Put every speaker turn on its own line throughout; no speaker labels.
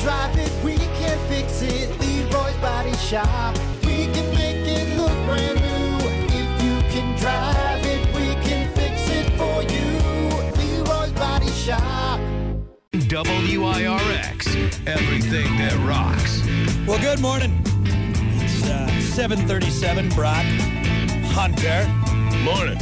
drive it, we can fix it. Leroy's Body Shop. We can make it look brand new. If you can drive it, we can fix it for you. Leroy's Body Shop.
WIRX, everything that rocks.
Well, good morning. It's uh, 737, Brock Hunter.
Morning.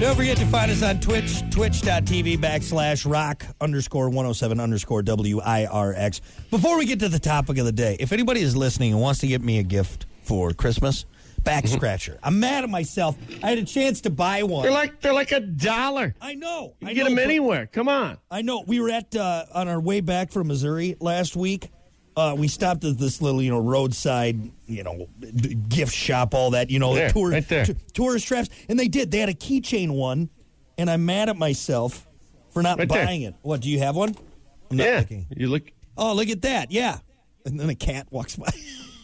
Don't forget to find us on Twitch, twitch.tv backslash rock underscore 107 underscore WIRX. Before we get to the topic of the day, if anybody is listening and wants to get me a gift for Christmas, back scratcher. I'm mad at myself. I had a chance to buy one.
They're like they're like a dollar.
I know.
You
I
can get
know,
them
but-
anywhere. Come on.
I know. We were at uh, on our way back from Missouri last week. Uh, we stopped at this little, you know, roadside, you know, d- gift shop, all that, you know,
There,
tour,
right there.
t- tourist traps, and they did. They had a keychain one, and I'm mad at myself for not
Right there.
buying it. What? Do you have one? I'm not
yeah.
looking.
You look.
Oh, look at that! Yeah, and then a cat walks by.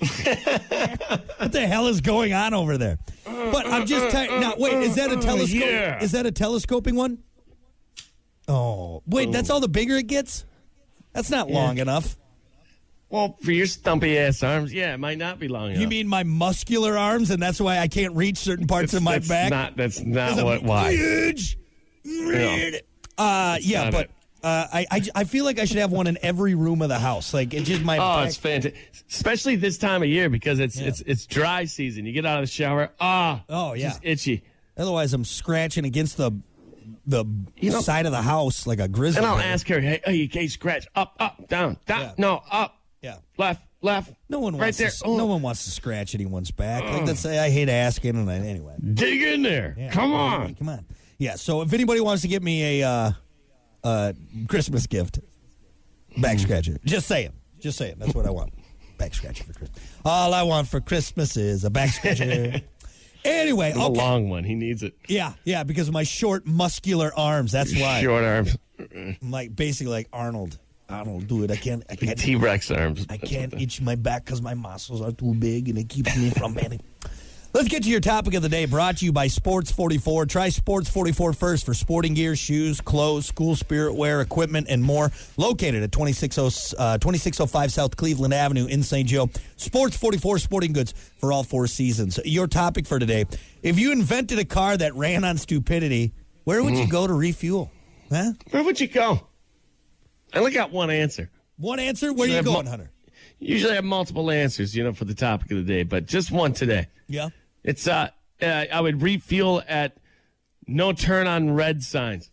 what the hell is going on over there? But I'm just tired. Now, wait, is that a telescope?
yeah.
Is that a telescoping one? Oh, wait, that's all the bigger it gets. That's not long enough.
Well, for your stumpy ass arms, yeah, it might not be long enough.
You mean my muscular arms, and that's why I can't reach certain parts
that's,
of my
that's
back?
Not that's
'Cause
not
I'm
what why.
Huge.
No.
Uh, yeah,
not
but
it.
uh, I, I I feel like I should have one in every room of the house. Like it just my
Oh,
back-
it's fantastic, especially this time of year because it's it's it's dry season. You get out of the shower, ah,
Oh,
it's
yeah.
just itchy.
Otherwise, I'm scratching against the the
know-
side of the house like a grizzly.
And I'll
bear.
ask her, hey, hey, you can't scratch up, up, down, down,
Yeah.
no, up,
Yeah.
left, left.
No one
right
wants.
there.
To,
Oh,
no one wants to scratch anyone's back. Like that's. I hate asking, and I, anyway.
dig in there. Come on.
Come on. Yeah. So if anybody wants to give me a uh, uh, Christmas gift, back
Hmm.
scratcher. Just saying. Just saying. That's what I want. Back scratcher for Christmas. All I want for Christmas is a back scratcher. anyway.
A
Okay.
long one. He needs it.
Yeah. Yeah. Because of my short, muscular arms. That's why.
Short arms.
I'm like basically like Arnold. Arnold, dude. I can't. I can't.
T Rex arms.
I can't itch my back because my muscles are too big and it keeps me from manning. Let's get to your topic of the day brought to you by Sports 44. Try Sports 44 first for sporting gear, shoes, clothes, school spirit wear, equipment, and more. Located at 2600, uh, 2605 South Cleveland Avenue in St. Joe. Sports 44 sporting goods for all four seasons. Your topic for today if you invented a car that ran on stupidity, where would you go to refuel? Huh?
Where would you go? I only got one answer.
One answer? Where are
Should
you
I have
going,
mu-
Hunter?
Usually I have multiple answers, you know, for the topic of the day, but just one today.
Yeah.
It's uh, uh I would refuel at no turn on red signs.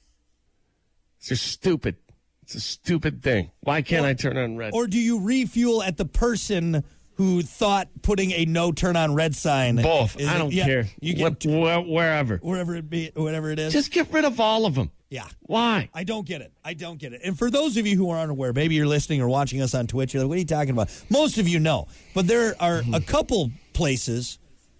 It's just stupid. It's a stupid thing. Why can't I turn on red?
or do you refuel at the person who thought putting a no turn on red sign?
both.
is-
I don't
yeah,
care.
You get
What- where- wherever.
wherever it be, whatever it is.
Just get rid of all of them.
yeah.
Why?
I don't get it. I don't get it. And for those of you who are unaware, maybe you're listening or watching us on Twitch. You're like, what are you talking about? Most of you know, but there are a couple places,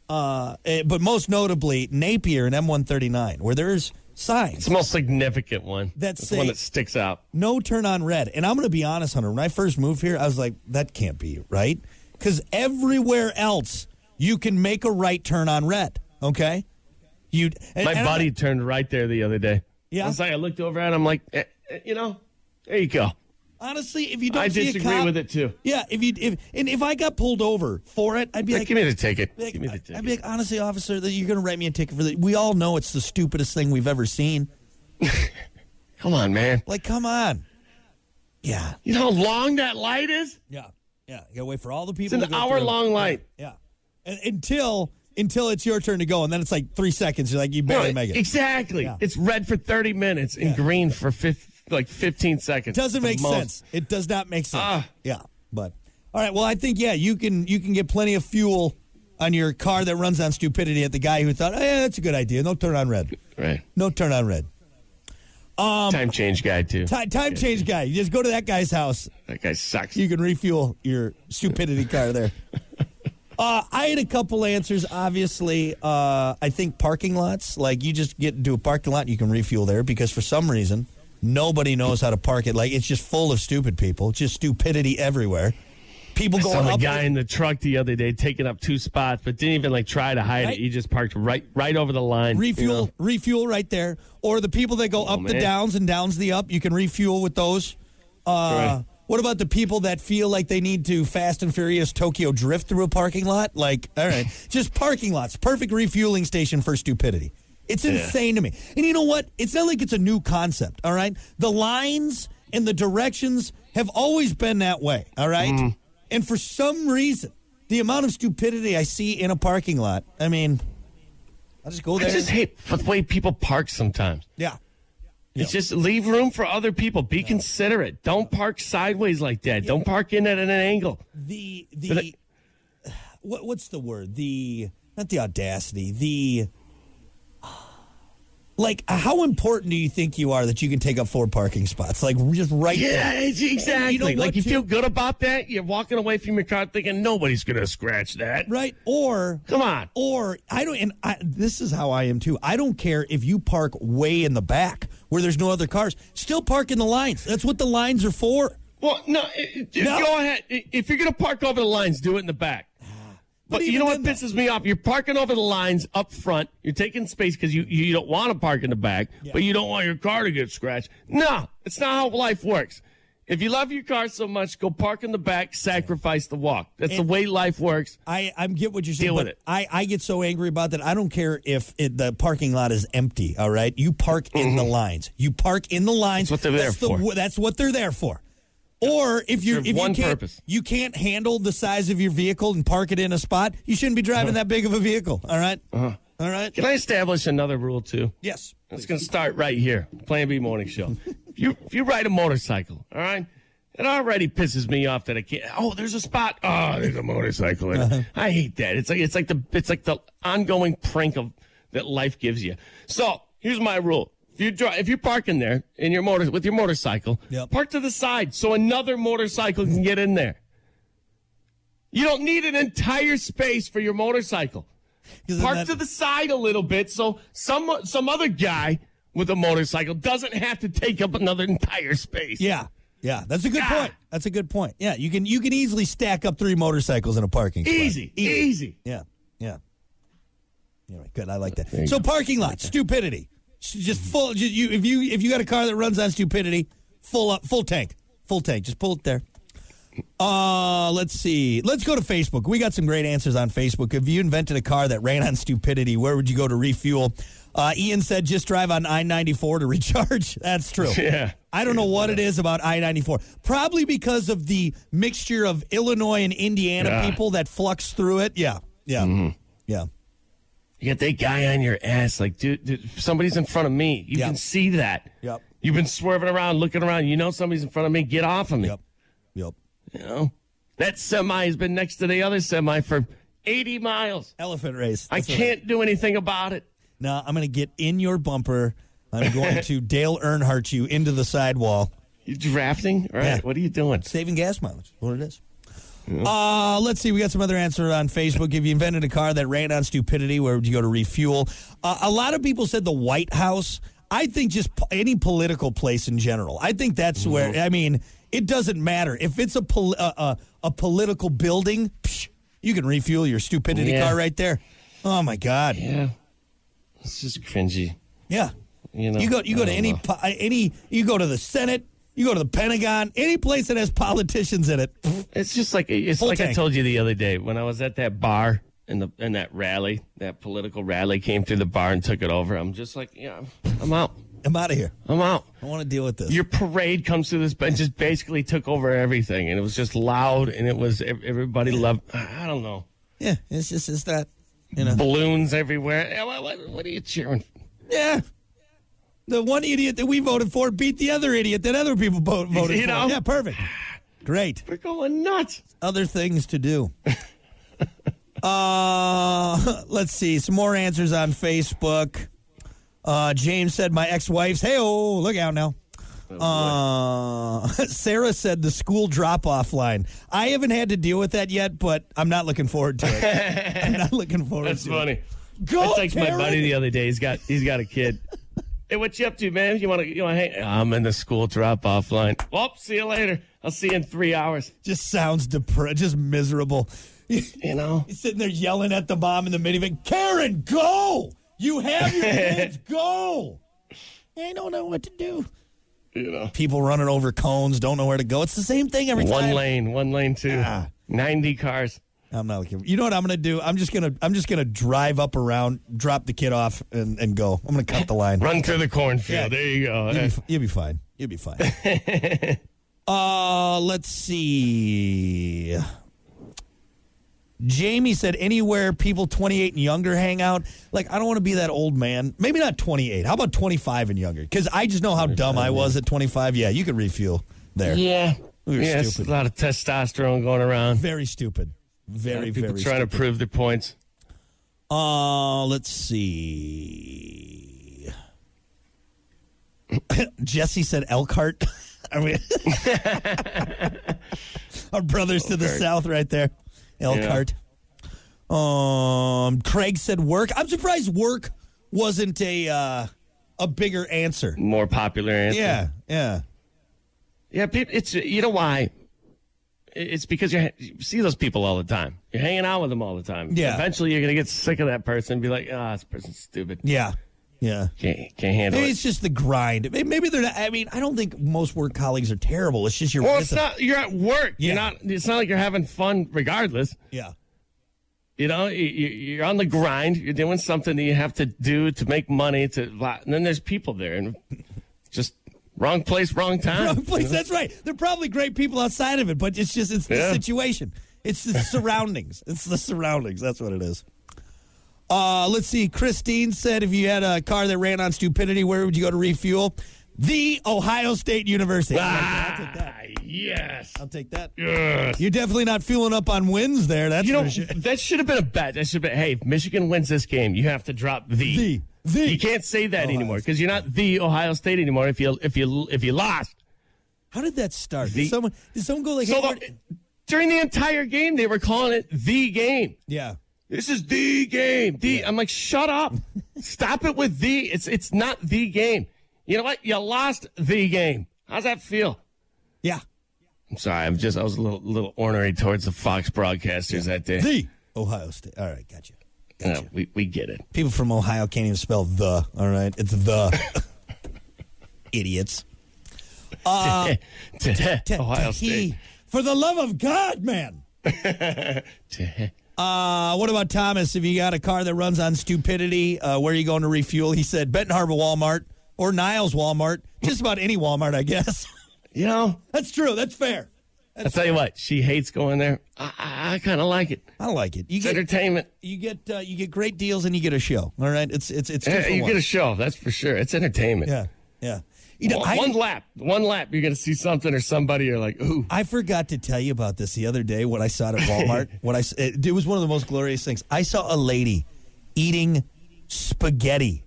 uh, eh, but most notably Napier and M139, where there's signs.
It's the most significant one.
That's
It's the one
a-
that sticks out.
no turn on red. And I'm going to be honest, Hunter. When I first moved here, I was like, that can't be right. Because everywhere else, you can make a right turn on red. Okay. You. And,
My
and I'm
buddy
like,
turned right there the other day.
Yeah?
It's like I looked over at him, like, eh, eh, you know, there you go.
honestly, if you don't,
I
see a
disagree
cop-
with it too.
Yeah. If you if and if I got pulled over for it, I'd be
Like,
like.
give me the ticket.
I'd
Give
be
me the
like- I'd
ticket.
be like, honestly, officer, that you're going to write me a ticket for that. We all know it's the stupidest thing we've ever seen.
Come on, man.
Like, come on. Yeah,
You know how long that light is?
yeah, yeah. You got to wait for all the
It's
people. to
an
go
hour
through.
long light.
Yeah. And, until until it's your turn to go, and then it's like three seconds. You're like, you barely
No,
make it.
Exactly.
Yeah.
It's red for 30 minutes and green for fif- like 15 seconds.
Doesn't
The
make
most.
sense. It does not make sense.
Ah.
yeah. But all right. Well, I think yeah, you can you can get plenty of fuel on your car that runs on stupidity at the guy who thought, oh, yeah, that's a good idea. No turn on red.
Right.
No turn on red. Um,
Time change guy, too.
Ti- time change guy. You just go to that guy's house.
That guy sucks.
You can refuel your stupidity car there. Uh, I had a couple answers. Obviously, uh, I think parking lots. Like you just get into a parking lot, you can refuel there because for some reason nobody knows how to park it. Like it's just full of stupid people. Just stupidity everywhere. People
Saw
going
the
up.
guy in the truck the other day taking up two spots, but didn't even like try to hide
Right.
it. He just parked right, right over the line.
refuel, refuel right there. Or the people that go up the
Oh, man.
downs and downs the up, you can refuel with those. Uh,
Right.
What about the people that feel like they need to fast and furious Tokyo drift through a parking lot? Like, all right, just parking lots, perfect refueling station for stupidity. It's insane to me. And you know what? It's not like it's a new concept, all right? The lines and the directions have always been that way, all right?
Mm-hmm.
And for some reason, the amount of stupidity I see in a parking lot, I mean, I'll just go
I
there.
just hate the way people park sometimes.
yeah.
It's just leave room for other people. Be considerate. Don't park sideways like that. Don't park in at an angle.
the
But
the
I-
what what's the word the not the audacity the like how important do you think you are that you can take up four parking spots like just right
Yeah, it's- exactly.
You know what,
like you
too?
feel good about that. You're walking away from your car thinking nobody's gonna scratch that.
right or
Come on.
or I don't and I this is how I am too I don't care if you park way in the back where there's no other cars still park in the lines that's what the lines are for
Well, no, i- i-
No.
Go ahead. I- If you're gonna park over the lines, do it in the back. But, you
even
know what
then,
pisses me off? You're parking over the lines up front. You're taking space because you, you don't want to park in the back, but you don't want your car to get scratched. No, it's not how life works. If you love your car so much, go park in the back, sacrifice the walk. That's the way life works.
I I get what you're saying.
Deal
but
with it.
I I get so angry about that. I don't care if it, the parking lot is empty. All right, you park in the lines. You park in the lines.
Mm-hmm. That's what they're
that's
there
the,
for.
That's what they're there for. Or if you
Serve
if
one
you can't
purpose.
you can't handle the size of your vehicle and park it in a spot, you shouldn't be
Uh-huh.
driving that big of a vehicle. All right? all right.
Can I establish another rule too?
Yes.
It's going to start right here. Plan B Morning Show. if you if you ride a motorcycle, all right, it already pisses me off that I can't. Oh, there's a spot. Oh, there's a motorcycle. In it. I hate that. It's like it's like the it's like the ongoing prank of that life gives you. So here's my rule. If you drive, if you're parking there in your motor with your motorcycle,
Yep.
park to the side so another motorcycle can get in there. You don't need an entire space for your motorcycle park to the side a little bit so some some other guy with a motorcycle doesn't have to take up another entire space.
Yeah. Yeah, that's a good
Ah.
point. That's a good point. Yeah, you can you can easily stack up three motorcycles in a parking spot.
Easy, easy.
Yeah, yeah. All right, good. I like that. So parking lot stupidity, S- just full. ju- you if you if you got a car that runs on stupidity, full up, full tank, full tank. Just pull it there. Uh, let's see. Let's go to Facebook. We got some great answers on Facebook. If you invented a car that ran on stupidity, where would you go to refuel? Uh, Ian said, just drive on I 94 to recharge. That's true.
Yeah.
I don't know what it is about I 94. Probably because of the mixture of Illinois and Indiana
Yeah. Mm-hmm.
people that flux through it. Yeah. Yeah. Yeah.
You got that guy on your ass, like dude, dude somebody's in front of me. You
Yeah.
can see that.
Yep.
You've been swerving around, looking around. You know somebody's in front of me. Get off of me.
Yep. Yep.
You know that semi has been next to the other semi for eighty miles.
Elephant race.
I
That's what
can't do anything about it.
No, I'm going to get in your bumper. I'm going to Dale Earnhardt you into the sidewall.
You drafting? All right.
Yeah.
What are you doing?
saving gas mileage. What it is. Uh, let's see. We got some other answer on Facebook. If you invented a car that ran on stupidity, where would you go to refuel? Uh, a lot of people said the White House. I think just po- any political place in general. I think that's
Mm-hmm.
where. I mean, it doesn't matter if it's a pol- uh, uh, a political building. Psh, you can refuel your stupidity
Yeah.
car right there. Oh my God!
Yeah. It's just cringy.
Yeah,
You know,
you go you go
I
to
don't
any
know.
po- uh, any you go to the Senate, you go to the Pentagon, any place that has politicians in it.
It's just like it's
Full
like I
tank.
told you the other day when I was at that bar and the and that rally, that political rally came through the bar and took it over. I'm just like, yeah, I'm, I'm out.
I'm out of here.
I'm out.
I want to deal with this.
Your parade comes through this and just basically took over everything, and it was just loud, and it was ev- everybody loved. I don't know
Yeah, it's just it's that you know.
balloons everywhere. Yeah, What, what, what are you cheering? for?
Yeah. The one idiot that we voted for beat the other idiot that other people bo- voted
You
for.
know?
Yeah, perfect. Great.
We're going nuts.
Other things to do. uh let's see. Some more answers on Facebook. Uh James said my ex-wife's hey oh look out now.
Oh,
Uh, Sarah said the school drop-off line. I haven't had to deal with that yet, but I'm not looking forward to it. I'm not looking forward
That's
to it.
funny.
Go,
I texted my
Karen!
buddy the other day. He's got he's got a kid. hey, what you up to, man? You want to you want to hang? I'm in the school drop off line. Well, see you later. I'll see you in three hours.
just sounds depressed, just miserable. He's
You know.
sitting there yelling at the mom in the minivan, Karen, go! You have your kids, go! I don't know what to do.
You know,
People running over cones, don't know where to go. It's the same thing every
one
time.
lane, one lane two,
Ah.
90 cars.
I'm not looking. You know what I'm gonna do? I'm just gonna I'm just gonna drive up around, drop the kid off, and, and go. I'm gonna cut the line.
Run through the cornfield. There you go.
You'll be, f- you'll be fine. You'll be fine. uh, let's see. Jamie said anywhere people 28 and younger hang out. Like, I don't want to be that old man. Maybe not 28. How about 25 and younger? Because I just know how dumb I was at 25. Yeah, you could refuel there.
Yeah.
We were
yeah, it's a
stupid.
lot of testosterone going around.
Very stupid. Very,
People
very
trying
stupid.
to prove their points.
Uh, let's see. Jesse said Elkhart. I mean, our brothers to the
Elkhart.
south, right there. Elkhart. Um, Craig said work. I'm surprised work wasn't a uh, a bigger answer.
More popular answer.
Yeah, yeah.
Yeah, peop it's you know why? It's because you're, you see those people all the time. You're hanging out with them all the time.
Yeah.
Eventually, you're gonna get sick of that person and be like, "Ah, this person's stupid.
Yeah. Yeah.
Can't can't handle
Maybe
it."
it's just the grind. May- Maybe they're not. I mean, I don't think most work colleagues are terrible. It's just you're
Well,
with
it's
them.
not. You're at work.
Yeah.
You're not. It's not like you're having fun, regardless.
Yeah.
You know, you, you- you're on the grind. You're doing something that you have to do to make money. To and then there's people there, and just wrong place, wrong time.
wrong place. That's right. They're probably great people outside of it, but it's just it's the
Yeah.
situation. It's the surroundings. it's the surroundings. That's what it is. Uh, let's see. Christine said, if you had a car that ran on stupidity, where would you go to refuel? The Ohio State University. I'll take that.
Ah, yes.
I'll take that.
Yes.
You're definitely not fueling up on wins there. That's
You know,
for sure.
that should have been a bet. That should have been, hey, if Michigan wins this game, you have to drop the.
The- the-
You can't say that
Ohio
anymore because you're not the Ohio State anymore if you if you if you lost.
How did that start?
The-
did someone did someone go like
So
hey,
the-
where-
during the entire game, they were calling it the game.
Yeah.
This is the game. The I'm like, shut up. Stop it with the. It's it's not the game. You know what? You lost the game. How's that feel?
Yeah.
I'm sorry. I'm just I was a little little ornery towards the Fox broadcasters that day.
The Ohio State. All right, gotcha.
Yeah, we we get it.
People from Ohio can't even spell the. All right, it's the. Idiots. Uh,
Ohio
Tee.
State.
For the love of God, man. uh, what about Thomas? If you got a car that runs on stupidity, uh, where are you going to refuel? He said Benton Harbor Walmart or Niles Walmart. Just about any Walmart, I guess.
You know,
That's true. That's fair.
I tell you what, she hates going there. I I, I kind of like it.
I like it. You
It's
get
entertainment.
you get uh, you get great deals and you get a show. All right, it's it's it's two
Yeah,
for
you
one.
get a show, that's for sure. It's entertainment.
yeah yeah. You know,
One,
I-
one lap, one lap, you're gonna see something or somebody. You're like, ooh,
I forgot to tell you about this the other day when I saw it at Walmart. when I s- it, it was one of the most glorious things. I saw a lady eating spaghetti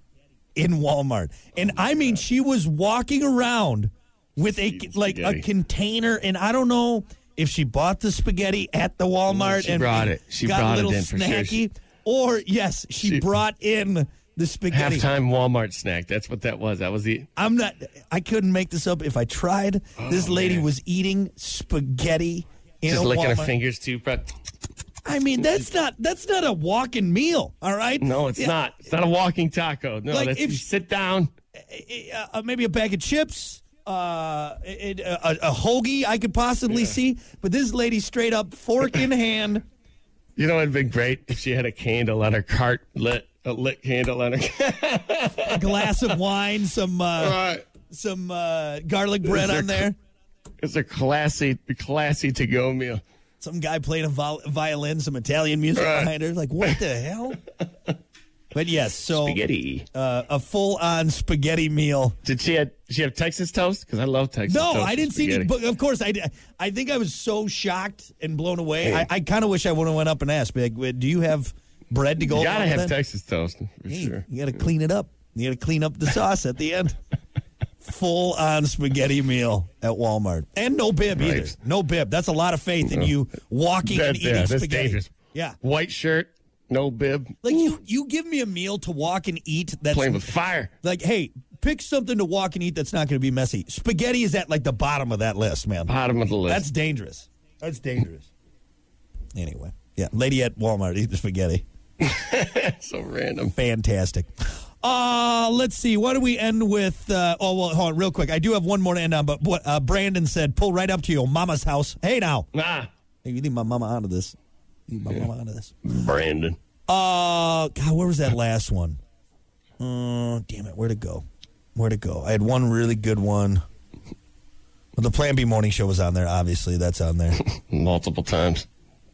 in Walmart,
Oh
and I mean she was walking around with a
Eating
like a
spaghetti.
container, and I don't know if she bought the spaghetti at the Walmart
she
and
brought it. She
got
brought
a
it
little
in for sure.
snacky, or yes, she,
She-
brought in the spaghetti.
halftime Walmart snack. That's what that was. That was the
I'm not. I couldn't make this up. If I tried, this lady
Oh, man.
was eating spaghetti. In
just
a
licking her
Walmart.
fingers too. Brett.
I mean, that's not that's not a walking meal. All right.
No, it's
Yeah,
not. It's not a walking taco. No,
Like,
that's,
if-
you sit down.
eh, uh, maybe a bag of chips. Uh, it, a, a hoagie I could possibly see, but this lady straight up fork in hand.
You know, it'd been great if she had a candle on her cart, lit a lit candle on her.
A glass of wine, some uh,
cart.
some uh, garlic bread
there
on there.
it's a classy, classy to go meal.
Some guy playing a vol- violin, some Italian music
Right.
behind her. Like what the hell? But yes, so
Spaghetti.
uh, a full on spaghetti meal.
Did she had she have Texas toast? Because I love Texas.
No,
toast
I
with
didn't see any.
spaghetti.
But of course, I, did- I think I was so shocked and blown away. I, I kind of wish I would have went up and asked, be like, "Do you have bread to go?"
You gotta
along with
have
that?"
Texas toast for
Oh, Hey,
sure.
You gotta clean it up. You gotta clean up the sauce at the end. Full on spaghetti meal at Walmart, and no bib either.
Right.
No bib. That's a lot of faith in you walking and
That's,
eating
yeah, that's
spaghetti.
dangerous.
Yeah,
White shirt, no bib,
like you, you give me a meal to walk and eat. That's
playing with fire.
like, hey, pick something to walk and eat that's not going to be messy. Spaghetti is at like the bottom of that list, man.
Bottom of the list.
That's dangerous. That's dangerous. anyway, yeah, lady at Walmart eating spaghetti.
so random.
Fantastic. Uh, let's see. Why do we end with? Uh, oh, well, hold on, real quick. I do have one more to end on, but what uh, Brandon said, pull right up to your mama's house. Hey, now.
Ah,
Hey, you leave my mama out of this. Leave my mama out of this.
Brandon.
Uh, God, where was that last one? Uh, damn it, where'd it go? Where'd it go? I had one really good one. Well, the Plan B morning show was on there. Obviously, that's on there.
Multiple times.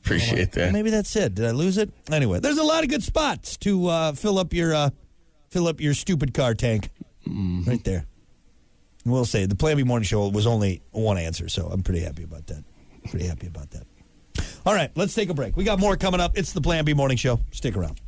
Appreciate that.
Maybe that's it. Did I lose it? Anyway, there's a lot of good spots to uh, fill up your uh, fill up your stupid car tank. Right there. And we'll say the Plan B morning show was only one answer, so I'm pretty happy about that. Pretty happy about that. All right, let's take a break. We got more coming up. It's the Plan B morning show. Stick around.